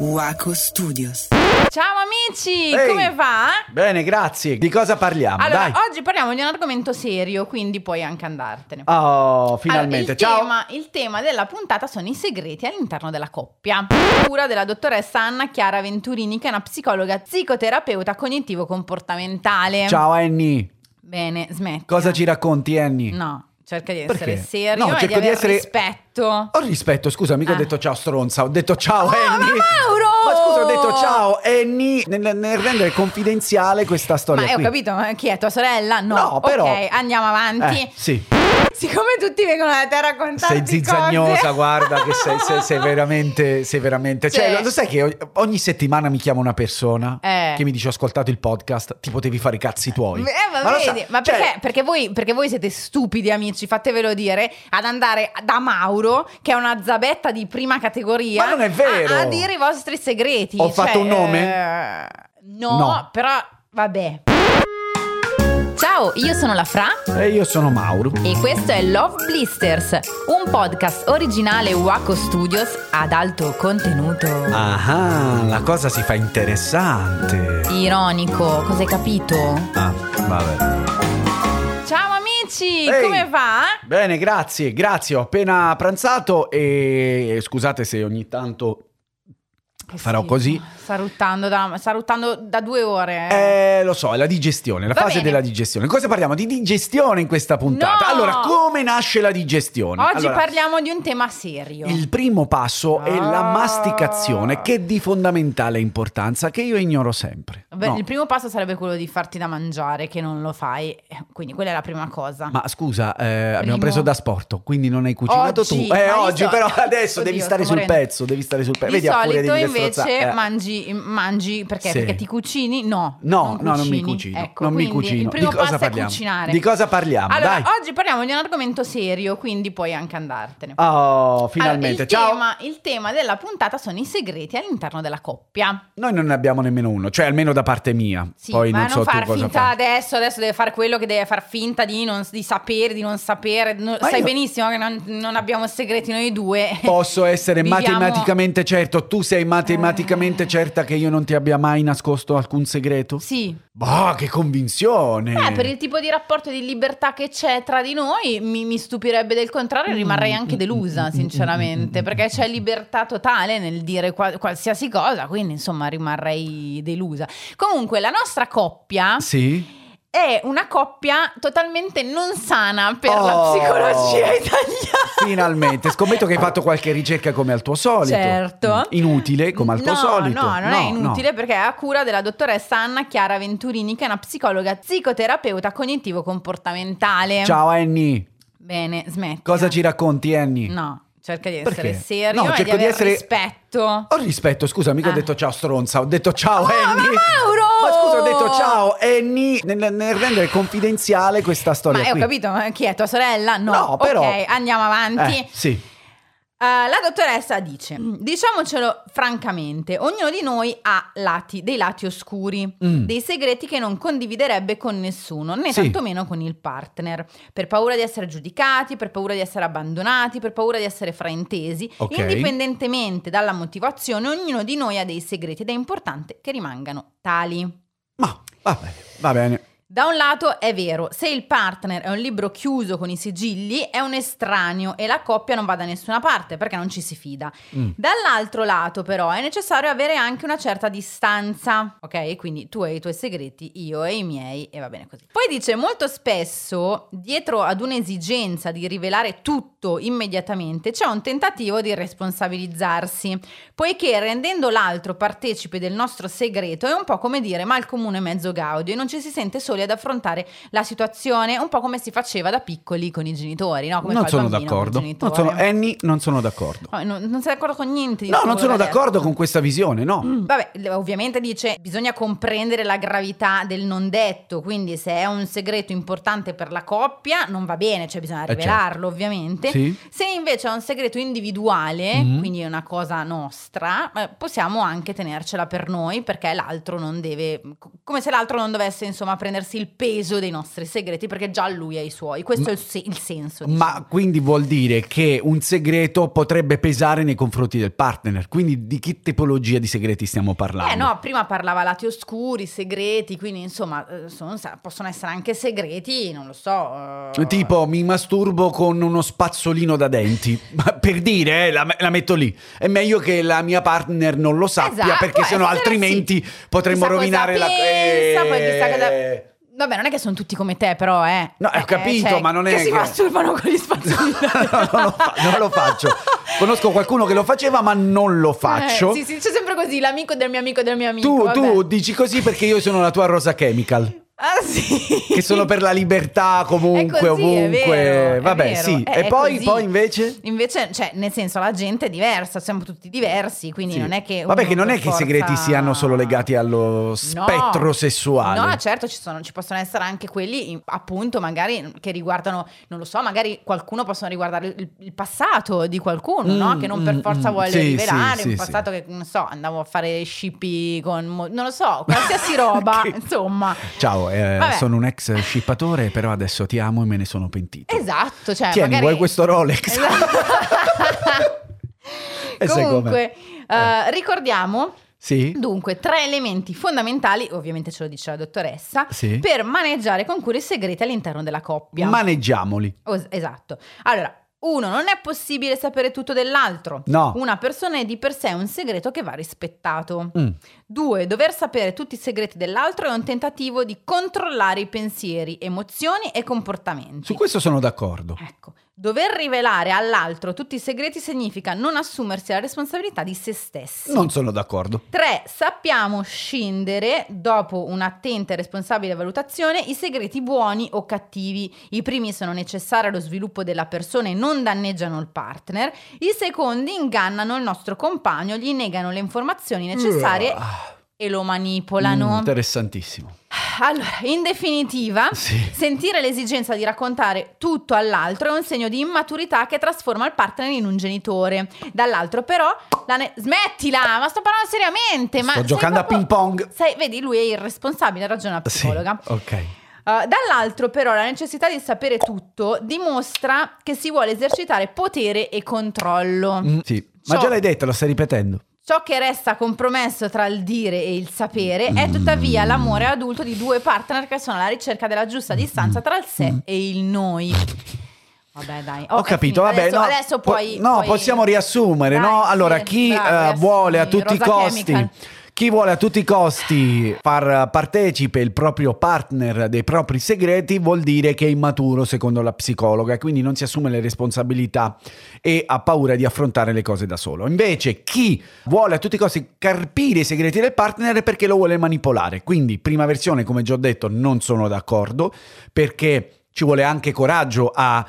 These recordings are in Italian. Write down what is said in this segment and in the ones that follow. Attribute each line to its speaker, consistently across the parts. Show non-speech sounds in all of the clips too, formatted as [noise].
Speaker 1: Waco Studios.
Speaker 2: Ciao amici,
Speaker 3: Ehi.
Speaker 2: come va?
Speaker 3: Bene, grazie. Di cosa parliamo?
Speaker 2: Allora,
Speaker 3: Dai.
Speaker 2: oggi parliamo di un argomento serio, quindi puoi anche andartene.
Speaker 3: Oh,
Speaker 2: Allora,
Speaker 3: finalmente.
Speaker 2: il,
Speaker 3: Ciao.
Speaker 2: Tema, il tema della puntata sono i segreti all'interno della coppia. Cura della dottoressa Anna Chiara Venturini, che è una psicologa psicoterapeuta cognitivo-comportamentale.
Speaker 3: Ciao Annie.
Speaker 2: Bene, smetti.
Speaker 3: Cosa ci racconti Annie?
Speaker 2: No, cerca di essere
Speaker 3: Perché?
Speaker 2: serio
Speaker 3: No,
Speaker 2: e di
Speaker 3: cerco di
Speaker 2: avere
Speaker 3: essere- Oh,
Speaker 2: rispetto.
Speaker 3: Ho rispetto, scusa, mica
Speaker 2: Ah. Oh,
Speaker 3: ho detto ciao stronza, ho detto ciao Annie.
Speaker 2: Mauro!
Speaker 3: Ma scusa, ho detto ciao Annie nel, nel rendere confidenziale questa storia
Speaker 2: Ma eh, ho
Speaker 3: qui.
Speaker 2: capito, ma chi è tua sorella? No,
Speaker 3: No, però-
Speaker 2: Ok, andiamo avanti.
Speaker 3: Eh, sì.
Speaker 2: Siccome tutti vengono da te a raccontarti
Speaker 3: Sei zizzagnosa,
Speaker 2: cose-
Speaker 3: guarda che sei,
Speaker 2: [laughs]
Speaker 3: sei- sei veramente, sei veramente... Cioè,
Speaker 2: Sì.
Speaker 3: lo sai che o- ogni settimana mi chiama una persona
Speaker 2: Eh.
Speaker 3: che mi dice ho ascoltato il podcast, ti potevi fare i cazzi tuoi.
Speaker 2: Eh, ma,
Speaker 3: lo
Speaker 2: vedi,
Speaker 3: sa-
Speaker 2: ma
Speaker 3: cioè,
Speaker 2: perché, perché voi, perché voi siete stupidi amici, fatevelo dire, ad andare da Mauro, che è una zabetta di prima categoria,
Speaker 3: Ma non è vero!
Speaker 2: A, a dire i vostri segreti.
Speaker 3: Ho fatto un nome?
Speaker 2: eh, no,
Speaker 3: No.
Speaker 2: però vabbè. Ciao, io sono la Fra
Speaker 3: E io sono Mauro.
Speaker 2: e questo è Love Blisters, un podcast originale Waco Studios ad alto contenuto
Speaker 3: Ah, la cosa si fa interessante.
Speaker 2: ironico, cosa hai capito?
Speaker 3: Ah, vabbè.
Speaker 2: Ciao amici,
Speaker 3: Ehi.
Speaker 2: come va?
Speaker 3: Bene, grazie, grazie. Ho appena pranzato e scusate se ogni tanto...
Speaker 2: Che
Speaker 3: Farò
Speaker 2: schifo.
Speaker 3: così.
Speaker 2: Sta ruttando da, sta ruttando da due ore.
Speaker 3: Eh, lo so, è la digestione, la
Speaker 2: Va
Speaker 3: fase
Speaker 2: bene.
Speaker 3: della digestione. Cosa parliamo? Di digestione in questa puntata.
Speaker 2: No!
Speaker 3: Allora, come nasce la digestione?
Speaker 2: Oggi
Speaker 3: Allora,
Speaker 2: parliamo di un tema serio.
Speaker 3: Il primo passo è la
Speaker 2: Ah.
Speaker 3: masticazione, che è di fondamentale importanza, che io ignoro sempre.
Speaker 2: Beh,
Speaker 3: No.
Speaker 2: Il primo passo sarebbe quello di farti da mangiare, che non lo fai. Eh, Quindi quella è la prima cosa.
Speaker 3: Ma scusa, eh, abbiamo
Speaker 2: Ah. Primo.
Speaker 3: preso da sport, quindi non hai cucinato
Speaker 2: Oggi,
Speaker 3: tu. Eh,
Speaker 2: ma di
Speaker 3: oggi,
Speaker 2: solito-
Speaker 3: però adesso
Speaker 2: Oddio,
Speaker 3: devi stare
Speaker 2: sto
Speaker 3: sul
Speaker 2: morendo.
Speaker 3: pezzo, devi stare sul pezzo.
Speaker 2: di
Speaker 3: Vedi a furia
Speaker 2: solito
Speaker 3: di
Speaker 2: invece
Speaker 3: strozzare. Eh.
Speaker 2: mangi, mangi perché?
Speaker 3: Sì.
Speaker 2: Perché ti cucini? No.
Speaker 3: No,
Speaker 2: non
Speaker 3: no, non mi
Speaker 2: cucini.
Speaker 3: cucino.
Speaker 2: Ecco,
Speaker 3: non mi
Speaker 2: quindi
Speaker 3: cucino.
Speaker 2: Il primo
Speaker 3: di cosa
Speaker 2: passo
Speaker 3: parliamo?
Speaker 2: è cucinare.
Speaker 3: Di cosa parliamo?
Speaker 2: allora,
Speaker 3: Dai.
Speaker 2: oggi parliamo di un argomento serio, quindi puoi anche andartene.
Speaker 3: Oh, finalmente.
Speaker 2: Allora, il
Speaker 3: Ciao.
Speaker 2: Tema, il tema della puntata sono i segreti all'interno della coppia.
Speaker 3: Noi non ne abbiamo nemmeno uno, cioè almeno da parte mia.
Speaker 2: Sì,
Speaker 3: Poi
Speaker 2: ma
Speaker 3: non
Speaker 2: non,
Speaker 3: so
Speaker 2: far
Speaker 3: tu cosa
Speaker 2: finta
Speaker 3: fai.
Speaker 2: adesso, adesso deve fare quello che deve far finta di, non, di sapere, di non sapere. No,
Speaker 3: Ma
Speaker 2: sai
Speaker 3: io-
Speaker 2: benissimo che non, non abbiamo segreti noi due.
Speaker 3: Posso essere
Speaker 2: Viviamo-
Speaker 3: matematicamente certo, tu sei matematicamente
Speaker 2: Eh.
Speaker 3: certa che io non ti abbia mai nascosto alcun segreto?
Speaker 2: Sì,
Speaker 3: Bah, che convinzione!
Speaker 2: Eh, per il tipo di rapporto di libertà che c'è tra di noi mi, mi stupirebbe del contrario e rimarrei anche delusa, sinceramente, perché c'è libertà totale nel dire qua- qualsiasi cosa, quindi insomma rimarrei delusa. Comunque la nostra coppia
Speaker 3: Sì?
Speaker 2: è una coppia totalmente non sana per la
Speaker 3: Oh.
Speaker 2: psicologia italiana.
Speaker 3: Finalmente, scommetto che hai fatto qualche ricerca come al tuo solito. Mm.
Speaker 2: Certo.
Speaker 3: Inutile come al tuo
Speaker 2: no,
Speaker 3: solito.
Speaker 2: No, non è
Speaker 3: no.
Speaker 2: inutile perché è a cura della dottoressa Anna Chiara Venturini, che è una psicologa psicoterapeuta cognitivo-comportamentale.
Speaker 3: Ciao Annie,
Speaker 2: Bene, smetti.
Speaker 3: cosa ci racconti Annie?
Speaker 2: No, cerca di essere
Speaker 3: Perché?
Speaker 2: serio
Speaker 3: No,
Speaker 2: e di
Speaker 3: cerco di
Speaker 2: avere
Speaker 3: essere-
Speaker 2: rispetto.
Speaker 3: Ho Oh, rispetto, scusa, mica
Speaker 2: Ah. Oh,
Speaker 3: ho detto ciao stronza, ho detto ciao Annie.
Speaker 2: ma Mauro!
Speaker 3: Ma scusa, ho detto ciao Annie nel, nel rendere confidenziale questa storia
Speaker 2: Ma eh, ho
Speaker 3: qui.
Speaker 2: capito, ma chi è tua sorella? No,
Speaker 3: No, però-
Speaker 2: ok, andiamo avanti.
Speaker 3: Eh, sì.
Speaker 2: Eh, la dottoressa dice, "Mm, diciamocelo francamente, ognuno di noi ha lati, dei lati oscuri,
Speaker 3: Mm.
Speaker 2: dei segreti che non condividerebbe con nessuno, né
Speaker 3: Sì.
Speaker 2: tantomeno con il partner, per paura di essere giudicati, per paura di essere abbandonati, per paura di essere fraintesi.
Speaker 3: Ok.
Speaker 2: Indipendentemente dalla motivazione, ognuno di noi ha dei segreti ed è importante che rimangano tali.
Speaker 3: Ma va bene, va bene.
Speaker 2: Da un lato è vero, se il partner è un libro chiuso con i sigilli, è un estraneo e la coppia non va da nessuna parte perché non ci si fida.
Speaker 3: Mm.
Speaker 2: Dall'altro lato, però, è necessario avere anche una certa distanza, ok? Quindi tu e i tuoi segreti, io e i miei, e va bene così. Poi dice: molto spesso, dietro ad un'esigenza di rivelare tutto immediatamente, c'è un tentativo di responsabilizzarsi, poiché rendendo l'altro partecipe del nostro segreto è un po' come dire mal comune mezzo gaudio e non ci si sente soli ad affrontare la situazione, un po' come si faceva da piccoli con i genitori, no? Come
Speaker 3: non
Speaker 2: fa il
Speaker 3: sono
Speaker 2: bambino con il
Speaker 3: d'accordo. Non
Speaker 2: genitore.
Speaker 3: sono, Annie, non sono d'accordo.
Speaker 2: Oh, Non, non sei d'accordo con niente di
Speaker 3: No,
Speaker 2: quello
Speaker 3: non
Speaker 2: che
Speaker 3: sono
Speaker 2: ha detto.
Speaker 3: d'accordo con questa visione, no.
Speaker 2: Mm, Vabbè, le- ovviamente dice bisogna comprendere la gravità del non detto, quindi se è un segreto importante per la coppia non va bene, cioè bisogna
Speaker 3: certo.
Speaker 2: rivelarlo ovviamente.
Speaker 3: Sì?
Speaker 2: Se invece è un segreto individuale,
Speaker 3: Mhm.
Speaker 2: quindi è una cosa nostra, eh, possiamo anche tenercela per noi perché l'altro non deve, co- come se l'altro non dovesse insomma prendersi prendersi il peso dei nostri segreti perché già lui ha i suoi. Questo è il, se- il senso.
Speaker 3: Ma quindi vuol dire che un segreto potrebbe pesare nei confronti del partner. Quindi di che tipologia di segreti stiamo parlando?
Speaker 2: Eh no, prima parlava lati oscuri, segreti, quindi insomma eh, sono- sa- possono essere anche segreti, non lo so. eh.
Speaker 3: Cioè, Tipo mi masturbo con uno spazzolino da denti. [laughs] Ma per dire, eh, la, la metto lì. È meglio che la mia partner non lo sappia
Speaker 2: Esatto,
Speaker 3: perché sennò
Speaker 2: eh, sennò
Speaker 3: altrimenti potremmo
Speaker 2: Chissà cosa
Speaker 3: rovinare la
Speaker 2: pensa, poi chissà cosa-
Speaker 3: Eh,
Speaker 2: Vabbè, non è che sono tutti come te, però, eh.
Speaker 3: No, ho
Speaker 2: Eh,
Speaker 3: capito, ma non è
Speaker 2: Che si
Speaker 3: che-
Speaker 2: masturbano con gli
Speaker 3: [laughs]
Speaker 2: spazzolini.
Speaker 3: No, non, lo fa- non
Speaker 2: [laughs]
Speaker 3: lo faccio. Conosco qualcuno che lo faceva, ma non lo faccio.
Speaker 2: Eh, sì, sì, c'è sempre così, l'amico del mio amico del mio amico.
Speaker 3: tu, tu
Speaker 2: vabbè.
Speaker 3: dici così perché io sono la tua Rosa Chemical.
Speaker 2: Ah, sì.
Speaker 3: Che sono per la libertà
Speaker 2: [laughs]
Speaker 3: comunque,
Speaker 2: È così, è
Speaker 3: ovunque.
Speaker 2: vero, è
Speaker 3: Vabbè,
Speaker 2: vero.
Speaker 3: sì.
Speaker 2: È-
Speaker 3: e
Speaker 2: è
Speaker 3: poi,
Speaker 2: così.
Speaker 3: poi invece.
Speaker 2: Invece, cioè, nel senso, la gente è diversa, siamo tutti diversi, quindi
Speaker 3: Sì.
Speaker 2: non è che...
Speaker 3: Vabbè,
Speaker 2: uno
Speaker 3: che non
Speaker 2: per
Speaker 3: è che i segreti
Speaker 2: forza-
Speaker 3: siano solo legati allo spettro sessuale.
Speaker 2: No, certo, ci, sono, ci possono essere anche quelli, in- appunto, magari che riguardano, non lo so, magari qualcuno possono riguardare il, il passato di qualcuno,
Speaker 3: Mm,
Speaker 2: no? Che non per
Speaker 3: mm,
Speaker 2: forza
Speaker 3: mm.
Speaker 2: vuole
Speaker 3: Sì,
Speaker 2: rivelare,
Speaker 3: sì,
Speaker 2: un
Speaker 3: sì,
Speaker 2: passato che, non so, andavo a fare scippi con... mo- non lo so, qualsiasi roba,
Speaker 3: [laughs] Che-
Speaker 2: insomma.
Speaker 3: Ciao, eh,
Speaker 2: Vabbè.
Speaker 3: sono un ex scippatore, però adesso ti amo e me ne sono pentito.
Speaker 2: Esatto, cioè...
Speaker 3: Tieni,
Speaker 2: magari...
Speaker 3: vuoi questo Rolex?
Speaker 2: Esatto.
Speaker 3: [laughs] E sai com'è.
Speaker 2: Comunque, eh, ricordiamo
Speaker 3: Sì?
Speaker 2: dunque tre elementi fondamentali, ovviamente ce lo dice la dottoressa,
Speaker 3: Sì.
Speaker 2: per maneggiare con cura i segreti all'interno della coppia.
Speaker 3: Maneggiamoli.
Speaker 2: Os- esatto. Allora, uno, non è possibile sapere tutto dell'altro.
Speaker 3: No.
Speaker 2: Una persona è di per sé un segreto che va rispettato.
Speaker 3: Mm.
Speaker 2: Due, dover sapere tutti i segreti dell'altro è un tentativo di controllare i pensieri, emozioni e comportamenti.
Speaker 3: Su questo sono d'accordo.
Speaker 2: Ecco, dover rivelare all'altro tutti i segreti significa non assumersi la responsabilità di se stessi.
Speaker 3: Non sono d'accordo.
Speaker 2: 3. Sappiamo scindere, dopo un'attenta e responsabile valutazione, i segreti buoni o cattivi. I primi sono necessari allo sviluppo della persona e non danneggiano il partner. I secondi ingannano il nostro compagno, gli negano le informazioni necessarie
Speaker 3: Ah,
Speaker 2: e lo
Speaker 3: mm,
Speaker 2: manipolano.
Speaker 3: interessantissimo.
Speaker 2: Allora, in definitiva,
Speaker 3: Sì.
Speaker 2: Sentire l'esigenza di raccontare tutto all'altro è un segno di immaturità che trasforma il partner in un genitore. Dall'altro, però, la ne- smettila, ma sto parlando seriamente. Ma
Speaker 3: Sto
Speaker 2: sei
Speaker 3: giocando
Speaker 2: proprio-
Speaker 3: a ping pong.
Speaker 2: Sei, vedi, lui è irresponsabile, ragiona la
Speaker 3: Sì,
Speaker 2: psicologa.
Speaker 3: ok.
Speaker 2: Uh, dall'altro, però, la necessità di sapere tutto dimostra che si vuole esercitare potere e controllo.
Speaker 3: Mm, sì. Ma
Speaker 2: Ciò-
Speaker 3: già l'hai detto, lo stai ripetendo.
Speaker 2: Ciò che resta compromesso tra il dire e il sapere è tuttavia l'amore adulto di due partner che sono alla ricerca della giusta distanza tra il sé e il noi. Vabbè, dai. Oh,
Speaker 3: Ho
Speaker 2: è finito.
Speaker 3: capito, vabbè.
Speaker 2: Adesso,
Speaker 3: no,
Speaker 2: adesso
Speaker 3: po-
Speaker 2: puoi.
Speaker 3: no,
Speaker 2: puoi-
Speaker 3: possiamo riassumere,
Speaker 2: Dai,
Speaker 3: no?
Speaker 2: sì,
Speaker 3: Allora, chi
Speaker 2: bravo,
Speaker 3: eh,
Speaker 2: riassumi,
Speaker 3: vuole a tutti i
Speaker 2: Rosa
Speaker 3: costi.
Speaker 2: Chemical.
Speaker 3: Chi vuole a tutti i costi far partecipe il proprio partner dei propri segreti vuol dire che è immaturo secondo la psicologa e quindi non si assume le responsabilità e ha paura di affrontare le cose da solo. Invece chi vuole a tutti i costi carpire i segreti del partner è perché lo vuole manipolare. Quindi prima versione, come già ho detto, non sono d'accordo perché ci vuole anche coraggio a-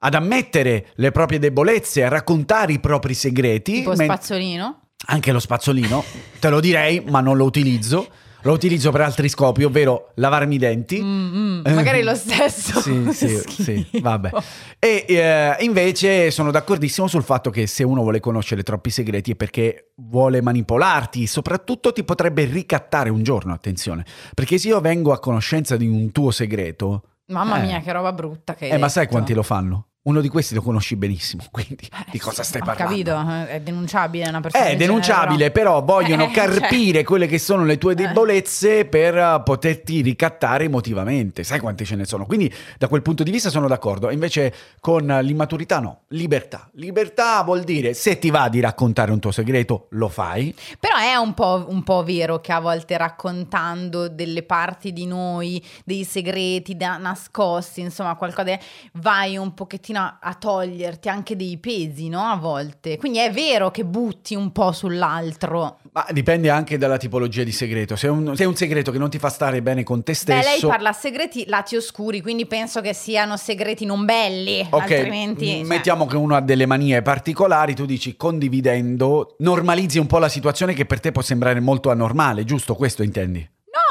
Speaker 3: ad ammettere le proprie debolezze, a raccontare i propri segreti.
Speaker 2: Tipo
Speaker 3: men-
Speaker 2: spazzolino.
Speaker 3: anche lo spazzolino, te lo direi, ma non lo utilizzo. Lo utilizzo per altri scopi, ovvero lavarmi i denti.
Speaker 2: Mm, mm, magari [laughs] lo stesso.
Speaker 3: Eh. Sì, sì,
Speaker 2: Schifo.
Speaker 3: sì, vabbè. E eh, invece sono d'accordissimo sul fatto che se uno vuole conoscere troppi segreti è perché vuole manipolarti, soprattutto ti potrebbe ricattare un giorno, attenzione. Perché se io vengo a conoscenza di un tuo segreto,
Speaker 2: Mamma
Speaker 3: Eh.
Speaker 2: mia, che roba brutta che hai
Speaker 3: eh, ma sai
Speaker 2: detto.
Speaker 3: quanti lo fanno? Uno di questi lo conosci benissimo, [laughs] quindi
Speaker 2: Eh,
Speaker 3: di cosa
Speaker 2: sì,
Speaker 3: stai
Speaker 2: ho
Speaker 3: parlando?
Speaker 2: capito, eh, è denunciabile una persona.
Speaker 3: È
Speaker 2: del genere,
Speaker 3: denunciabile, però vogliono
Speaker 2: [laughs] Eh, cioè.
Speaker 3: carpire quelle che sono le tue
Speaker 2: Eh.
Speaker 3: debolezze per eh, poterti ricattare emotivamente. Sai quante ce ne sono? Quindi da quel punto di vista sono d'accordo. Invece con eh, l'immaturità no, libertà. Libertà vuol dire se ti va di raccontare un tuo segreto, lo fai.
Speaker 2: Però è un po', un po' vero che a volte raccontando delle parti di noi, dei segreti da- nascosti, insomma, qualcosa, de- vai un pochettino a, a toglierti anche dei pesi, no? A volte. Quindi è vero che butti un po' sull'altro.
Speaker 3: Ma dipende anche dalla tipologia di segreto. Se è un, se è un segreto che non ti fa stare bene con te stesso...
Speaker 2: Beh, lei parla segreti lati oscuri, quindi penso che siano segreti non belli,
Speaker 3: Ok,
Speaker 2: altrimenti...
Speaker 3: m-
Speaker 2: cioè-
Speaker 3: mettiamo che uno ha delle manie particolari, tu dici condividendo, normalizzi un po' la situazione che per te può sembrare molto anormale, giusto? Questo intendi?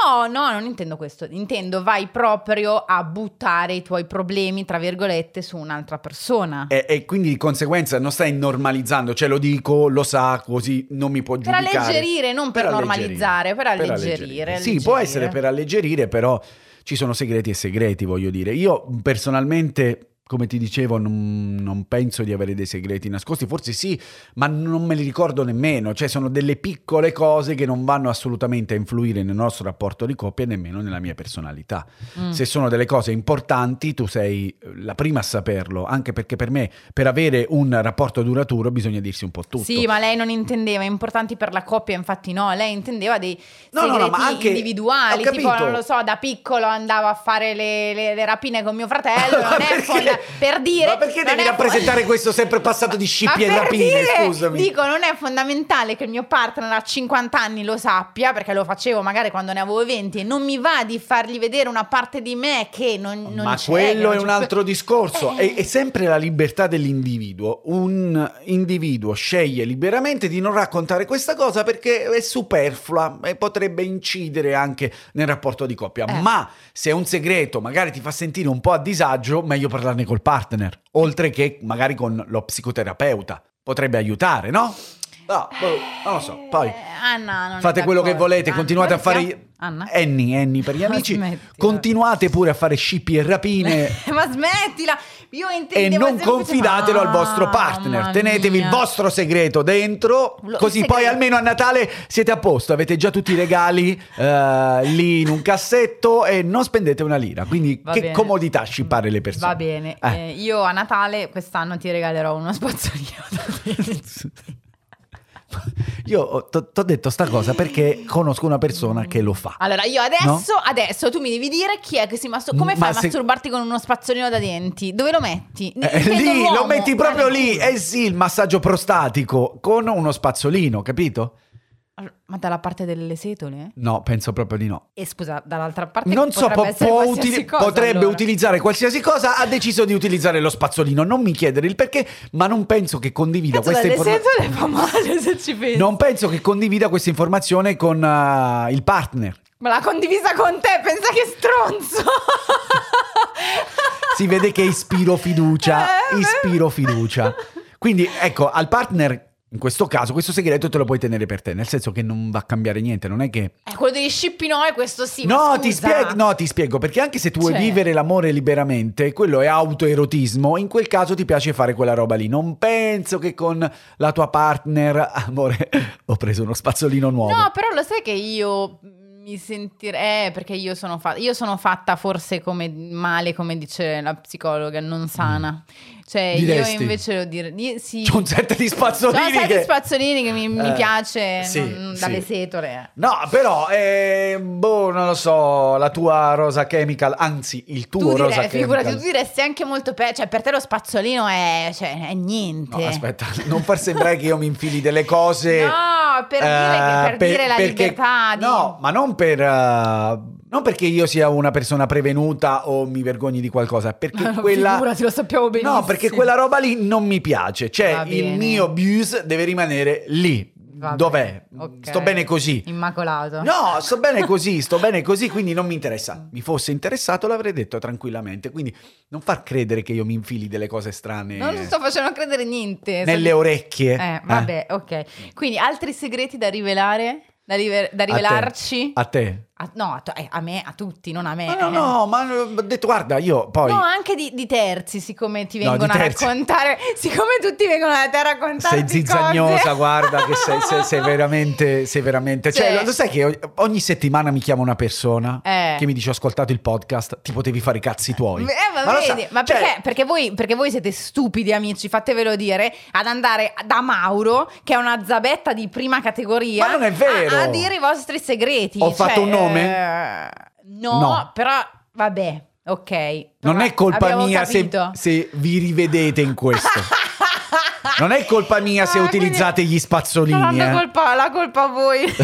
Speaker 2: No, no, non intendo questo. Intendo vai proprio a buttare i tuoi problemi, tra virgolette, su un'altra persona.
Speaker 3: E, e quindi di conseguenza non stai normalizzando, cioè lo dico, lo sa, così non mi può
Speaker 2: Per
Speaker 3: giudicare.
Speaker 2: alleggerire, non per,
Speaker 3: Per alleggerire.
Speaker 2: normalizzare, per alleggerire.
Speaker 3: Sì, può essere per alleggerire, però ci sono segreti e segreti, voglio dire. Io personalmente come ti dicevo, non, non, penso di avere dei segreti nascosti, forse sì, ma non me li ricordo nemmeno, cioè sono delle piccole cose che non vanno assolutamente a influire nel nostro rapporto di coppia e nemmeno nella mia personalità. Mm. Se sono delle cose importanti, tu sei eh, la prima a saperlo, anche perché per me, per avere un rapporto duraturo, bisogna dirsi un po' tutto.
Speaker 2: Sì, ma lei non intendeva importanti per la coppia, infatti no, lei intendeva dei no, segreti no, no, anche... individuali, tipo, non lo so, da piccolo andavo a fare le, le, le rapine con mio
Speaker 3: [laughs]
Speaker 2: fratello, non è fondamentale per dire.
Speaker 3: Ma perché devi rappresentare fo- questo sempre passato di scippi e rapine?
Speaker 2: Dire,
Speaker 3: scusami.
Speaker 2: Dico, non è fondamentale che il mio partner a 50 anni lo sappia, perché lo facevo magari quando ne avevo 20, e non mi va di fargli vedere una parte di me che non, non
Speaker 3: Ma
Speaker 2: c'è,
Speaker 3: quello
Speaker 2: non
Speaker 3: è un
Speaker 2: c'è.
Speaker 3: altro discorso.
Speaker 2: Eh.
Speaker 3: È, è sempre la libertà dell'individuo. Un individuo sceglie liberamente di non raccontare questa cosa perché è superflua e potrebbe incidere anche nel rapporto di coppia.
Speaker 2: Eh.
Speaker 3: Ma se è un segreto, magari ti fa sentire un po' a disagio, meglio parlarne col partner, oltre che magari con lo psicoterapeuta. Potrebbe aiutare, no? No, boh, non lo so. Poi
Speaker 2: Eh, Anna, non è
Speaker 3: fate quello che
Speaker 2: d'accordo.
Speaker 3: volete,
Speaker 2: Anna,
Speaker 3: continuate a
Speaker 2: come si
Speaker 3: fare...
Speaker 2: chiama? Anna.
Speaker 3: Annie,
Speaker 2: [laughs]
Speaker 3: Annie per gli amici.
Speaker 2: smettila.
Speaker 3: Continuate pure a fare scippi e rapine
Speaker 2: [laughs] ma smettila! Io
Speaker 3: e
Speaker 2: intendevo
Speaker 3: non
Speaker 2: semplicemente-
Speaker 3: confidatelo al vostro
Speaker 2: Ah,
Speaker 3: partner.
Speaker 2: mamma
Speaker 3: Tenetevi il
Speaker 2: mia.
Speaker 3: vostro segreto dentro,
Speaker 2: Lo-
Speaker 3: così
Speaker 2: il
Speaker 3: poi
Speaker 2: segreto.
Speaker 3: almeno a Natale siete a posto, avete già tutti i regali eh, lì in un cassetto e non spendete una lira. Quindi
Speaker 2: Va
Speaker 3: che
Speaker 2: bene.
Speaker 3: comodità scippare le persone.
Speaker 2: Va bene,
Speaker 3: Eh.
Speaker 2: Eh, io a Natale quest'anno ti regalerò uno [laughs] spazzolino da denti.
Speaker 3: [laughs] Io ti ho detto sta cosa perché conosco una persona che lo fa.
Speaker 2: Allora, io adesso, adesso tu mi devi dire chi è che si masturba. Come
Speaker 3: Ma
Speaker 2: fai a
Speaker 3: se-
Speaker 2: masturbarti con uno spazzolino da denti? Dove lo metti? Ne-
Speaker 3: Eh,
Speaker 2: intendo
Speaker 3: lì,
Speaker 2: l'uomo.
Speaker 3: lo metti proprio
Speaker 2: Ah,
Speaker 3: lì,
Speaker 2: no.
Speaker 3: eh sì, il massaggio prostatico con uno spazzolino, capito?
Speaker 2: Allora, Ma dalla parte delle setole?
Speaker 3: No, penso proprio di no.
Speaker 2: E scusa, dall'altra parte
Speaker 3: Non so,
Speaker 2: potrebbe
Speaker 3: po-
Speaker 2: essere
Speaker 3: può
Speaker 2: qualsiasi
Speaker 3: utili-
Speaker 2: cosa,
Speaker 3: potrebbe
Speaker 2: allora.
Speaker 3: utilizzare qualsiasi cosa, ha deciso di utilizzare lo spazzolino. Non mi chiedere il perché, ma non penso che condivida
Speaker 2: Cazzo,
Speaker 3: questa
Speaker 2: dalle
Speaker 3: informazione.
Speaker 2: setole fa male se ci pensi.
Speaker 3: Non penso che condivida questa informazione con eh, il partner.
Speaker 2: Ma l'ha condivisa con te, pensa che stronzo!
Speaker 3: Si vede che ispiro
Speaker 2: [laughs]
Speaker 3: fiducia,
Speaker 2: Eh,
Speaker 3: ispiro
Speaker 2: beh.
Speaker 3: fiducia.
Speaker 2: Eh,
Speaker 3: Quindi ecco, al partner in questo caso questo segreto te lo puoi tenere per te, nel senso che non va a cambiare niente, non è che
Speaker 2: Eh, quello degli scippi no, è questo sì, ma
Speaker 3: No
Speaker 2: scusa.
Speaker 3: ti, spiego, no, ti spiego, perché anche se tu vuoi
Speaker 2: Cioè.
Speaker 3: vivere l'amore liberamente, quello è autoerotismo, in quel caso ti piace fare quella roba lì. Non penso che con la tua partner, amore, ho preso uno spazzolino nuovo. [laughs]
Speaker 2: No, però lo sai che io mi sentirei... Eh, perché io sono, fa- io sono fatta forse come male, come dice la psicologa, non sana. Cioè,
Speaker 3: Mm. Diresti?
Speaker 2: io invece lo direi... Sì.
Speaker 3: C'è un set di spazzolini
Speaker 2: Sono stati
Speaker 3: che...
Speaker 2: spazzolini che mi, mi
Speaker 3: Eh,
Speaker 2: piace
Speaker 3: sì,
Speaker 2: non- dalle
Speaker 3: sì.
Speaker 2: setole.
Speaker 3: No, però, eh, boh, non lo so, la tua rosa chemical, anzi, il tuo
Speaker 2: Tu direi,
Speaker 3: rosa
Speaker 2: figurati, tu
Speaker 3: chemical.
Speaker 2: diresti anche molto peggio. Cioè, per te lo spazzolino è, cioè, è niente.
Speaker 3: No, aspetta, [laughs] non
Speaker 2: [laughs]
Speaker 3: far sembrare che io mi infili delle cose...
Speaker 2: No, per, dire, che- per
Speaker 3: Eh, per-
Speaker 2: dire la
Speaker 3: perché-
Speaker 2: libertà. Di...
Speaker 3: No, ma non per... eh, non perché io sia una persona prevenuta o mi vergogni di
Speaker 2: [laughs]
Speaker 3: qualcosa, perché quella...
Speaker 2: Figurati, lo sappiamo benissimo.
Speaker 3: No, perché quella roba lì non mi piace,
Speaker 2: Va
Speaker 3: cioè il
Speaker 2: bene.
Speaker 3: mio abuse deve rimanere lì.
Speaker 2: Va
Speaker 3: Dov'è?
Speaker 2: bene, ok.
Speaker 3: Sto bene così.
Speaker 2: Immacolato.
Speaker 3: No, sto
Speaker 2: [laughs]
Speaker 3: bene così, sto bene così, quindi non mi interessa. Mi fosse interessato l'avrei detto tranquillamente, quindi non far credere che io mi infili delle cose strane
Speaker 2: Non ti sto facendo credere niente.
Speaker 3: nelle
Speaker 2: Sono-
Speaker 3: orecchie.
Speaker 2: Eh, vabbè, ok. Quindi altri segreti da rivelare? Da, rive- da
Speaker 3: A te.
Speaker 2: rivelarci?
Speaker 3: A te.
Speaker 2: A- no, a, to- eh, a me, a tutti, non a me.
Speaker 3: Ma no,
Speaker 2: eh.
Speaker 3: no, ma eh, ho detto guarda, io poi
Speaker 2: No, anche di, di terzi, siccome ti
Speaker 3: No,
Speaker 2: vengono
Speaker 3: di
Speaker 2: a
Speaker 3: terzi.
Speaker 2: raccontare, [laughs] siccome tutti vengono da te a raccontare.
Speaker 3: sei zizzagnosa, guarda che sei, sei-
Speaker 2: [laughs]
Speaker 3: sei veramente, sei veramente... Cioè,
Speaker 2: Sì.
Speaker 3: lo- lo sai che ogni- ogni settimana mi chiama una persona
Speaker 2: Eh.
Speaker 3: che mi dice ho ascoltato il podcast, ti potevi fare i cazzi tuoi.
Speaker 2: Eh, ma,
Speaker 3: lo
Speaker 2: vedi,
Speaker 3: sai,
Speaker 2: ma
Speaker 3: cioè,
Speaker 2: perché, perché voi, perché voi siete stupidi amici, fatevelo dire, ad andare da Mauro, che è una zabetta di prima categoria,
Speaker 3: Ma non è vero!
Speaker 2: A, a dire i vostri segreti.
Speaker 3: Ho fatto
Speaker 2: Cioè,
Speaker 3: un nome?
Speaker 2: eh, no,
Speaker 3: No.
Speaker 2: però vabbè, ok. però
Speaker 3: Non è colpa
Speaker 2: abbiamo
Speaker 3: mia se,
Speaker 2: capito.
Speaker 3: se vi rivedete in questo.
Speaker 2: [laughs]
Speaker 3: non è colpa mia se
Speaker 2: Ah,
Speaker 3: utilizzate
Speaker 2: quindi-
Speaker 3: gli spazzolini.
Speaker 2: Non
Speaker 3: eh.
Speaker 2: la colpa, la colpa a voi.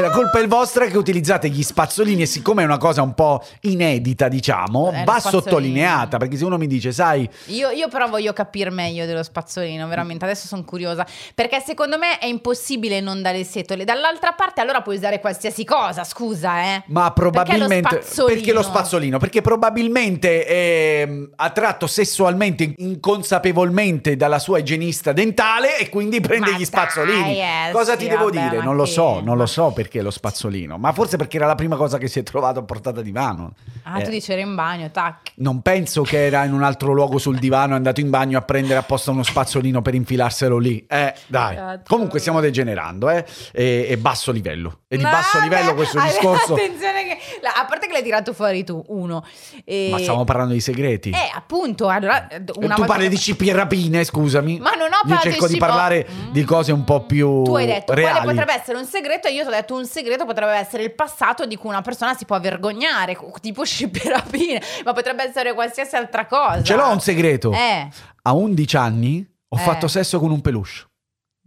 Speaker 3: La colpa è vostra che utilizzate gli spazzolini e siccome è una cosa un po' inedita, diciamo,
Speaker 2: Eh, lo
Speaker 3: va
Speaker 2: spazzolino.
Speaker 3: sottolineata, perché se uno mi dice, sai,
Speaker 2: [laughs] Io, io però voglio capire meglio dello spazzolino, veramente, adesso sono curiosa, perché secondo me è impossibile non dare setole. Dall'altra parte allora puoi usare qualsiasi cosa, scusa, eh.
Speaker 3: ma probabilmente
Speaker 2: spazzolino?
Speaker 3: perché lo spazzolino? Perché probabilmente ehm, attratto sessualmente inconsapevolmente dalla sua igienista dentale e quindi prende
Speaker 2: Ma
Speaker 3: gli spazzolini.
Speaker 2: dai, eh,
Speaker 3: Cosa
Speaker 2: sì,
Speaker 3: ti devo
Speaker 2: vabbè,
Speaker 3: dire?
Speaker 2: ma
Speaker 3: Non lo
Speaker 2: che-
Speaker 3: so, non lo so perché lo spazzolino, ma forse perché era la prima cosa che si è trovato a portata di mano.
Speaker 2: Ah, tu
Speaker 3: Eh.
Speaker 2: dici era in bagno, tac.
Speaker 3: Non penso che era in un altro luogo sul divano, è andato in bagno a prendere apposta uno spazzolino per infilarselo lì. Eh, dai.
Speaker 2: Cazzo.
Speaker 3: Comunque stiamo degenerando, eh. E, e basso livello. E di basso
Speaker 2: Vabbè,
Speaker 3: livello questo
Speaker 2: [laughs] allora,
Speaker 3: discorso.
Speaker 2: Attenzione che... la- A parte che l'hai tirato fuori tu, uno. E...
Speaker 3: Ma stiamo parlando di segreti.
Speaker 2: Eh, appunto, allora... eh,
Speaker 3: Eh,
Speaker 2: Una
Speaker 3: tu
Speaker 2: volta
Speaker 3: parli
Speaker 2: che-
Speaker 3: di cippi e rapine, scusami.
Speaker 2: Ma non ho
Speaker 3: Io
Speaker 2: parlato
Speaker 3: cerco di
Speaker 2: cibo.
Speaker 3: parlare di cose un po' più
Speaker 2: Tu hai detto
Speaker 3: reali.
Speaker 2: quale potrebbe essere un segreto e io ti ho detto un segreto potrebbe essere il passato di cui una persona si può vergognare, co- tipo sciperapine, ma potrebbe essere qualsiasi altra cosa.
Speaker 3: Ce l'ho un segreto.
Speaker 2: Eh,
Speaker 3: A 11 anni ho
Speaker 2: Eh.
Speaker 3: fatto sesso con un peluche.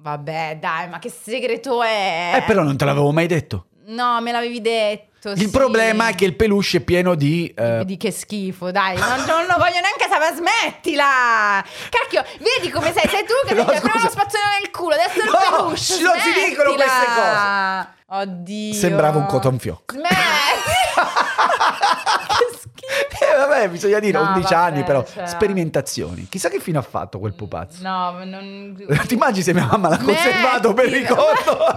Speaker 2: vabbè, dai, ma che segreto è?
Speaker 3: Eh, però non te l'avevo mai detto.
Speaker 2: No, me l'avevi detto.
Speaker 3: Il problema è che il peluche è pieno di... eh,
Speaker 2: Di che schifo, dai, non, non lo voglio neanche sapere, smettila! Cacchio, vedi come sei, sei tu che
Speaker 3: No,
Speaker 2: ti prendi
Speaker 3: scusa.
Speaker 2: lo spazzolino nel culo, adesso il
Speaker 3: No,
Speaker 2: peluche,
Speaker 3: non si dicono
Speaker 2: smettila!
Speaker 3: queste cose.
Speaker 2: Oddio.
Speaker 3: Sembrava un cotonfiocco. [laughs]
Speaker 2: Smetti! che
Speaker 3: [laughs] Eh, vabbè, bisogna dire
Speaker 2: No,
Speaker 3: 11
Speaker 2: vabbè,
Speaker 3: anni però.
Speaker 2: cioè.
Speaker 3: Sperimentazioni. Chissà che fine ha fatto quel pupazzo.
Speaker 2: schifo. No, ma non...
Speaker 3: [laughs] Ti immagini se mia mamma l'ha
Speaker 2: Smetti,
Speaker 3: conservato per
Speaker 2: [laughs]
Speaker 3: ricordo?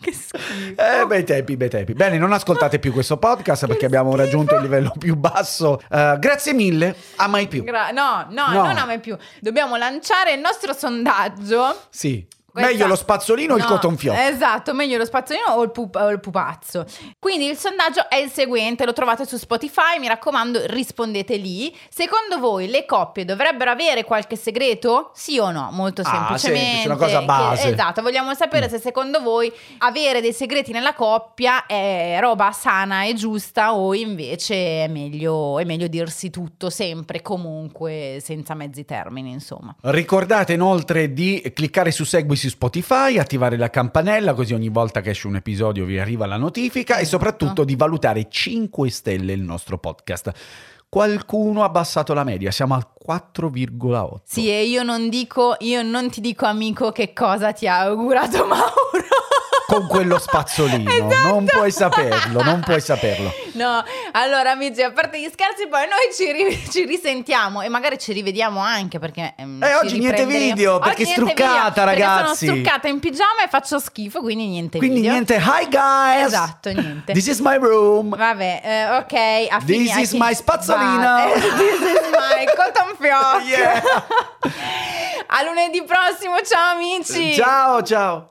Speaker 2: Che schifo.
Speaker 3: Eh, bei tempi, bei tempi. Bene, non ascoltate più questo podcast
Speaker 2: Che
Speaker 3: perché abbiamo
Speaker 2: schifo.
Speaker 3: raggiunto il livello più basso. Eh, grazie mille, a mai più.
Speaker 2: Gra- no, no,
Speaker 3: No.
Speaker 2: non a me più. Dobbiamo lanciare il nostro sondaggio.
Speaker 3: Sì.
Speaker 2: Questa-
Speaker 3: Meglio lo spazzolino o il
Speaker 2: No,
Speaker 3: cotonfiocco?
Speaker 2: Esatto, meglio lo spazzolino o il, pup- o il pupazzo. Quindi il sondaggio è il seguente, lo trovate su Spotify, mi raccomando rispondete lì. Secondo voi le coppie dovrebbero avere qualche segreto? Sì o no? Molto
Speaker 3: Ah,
Speaker 2: semplicemente.
Speaker 3: semplice, una cosa base. Mm.
Speaker 2: esatto, vogliamo sapere se secondo voi avere dei segreti nella coppia è roba sana e giusta o invece è meglio, è meglio dirsi tutto sempre, comunque, senza mezzi termini, insomma.
Speaker 3: Ricordate inoltre di cliccare su Segui su Spotify, attivare la campanella così ogni volta che esce un episodio vi arriva la notifica e
Speaker 2: Esatto.
Speaker 3: soprattutto di valutare 5 stelle il nostro podcast. Qualcuno ha abbassato la media, siamo al 4,8.
Speaker 2: Sì, e io non dico, io non ti dico amico che cosa ti ha augurato [laughs] Mauro. Esatto.
Speaker 3: Con quello spazzolino, non puoi saperlo, non puoi saperlo.
Speaker 2: No, allora amici, a parte gli scherzi, poi noi ci, ri- ci risentiamo e magari ci rivediamo anche perché... ehm,
Speaker 3: Eh,
Speaker 2: ci
Speaker 3: oggi niente
Speaker 2: riprenderemo.
Speaker 3: video,
Speaker 2: Oggi
Speaker 3: perché
Speaker 2: niente
Speaker 3: struccata,
Speaker 2: video,
Speaker 3: ragazzi.
Speaker 2: Perché sono struccata in pigiama e faccio schifo, quindi niente
Speaker 3: Quindi
Speaker 2: video.
Speaker 3: niente, hi guys!
Speaker 2: Esatto, niente.
Speaker 3: This is my room.
Speaker 2: Vabbè, eh, ok, a
Speaker 3: This
Speaker 2: fine-
Speaker 3: is my spazzolina.
Speaker 2: Va- [laughs] eh, This is my
Speaker 3: [laughs]
Speaker 2: cotton fioc.
Speaker 3: Yeah.
Speaker 2: A lunedì prossimo, ciao amici!
Speaker 3: Ciao, ciao.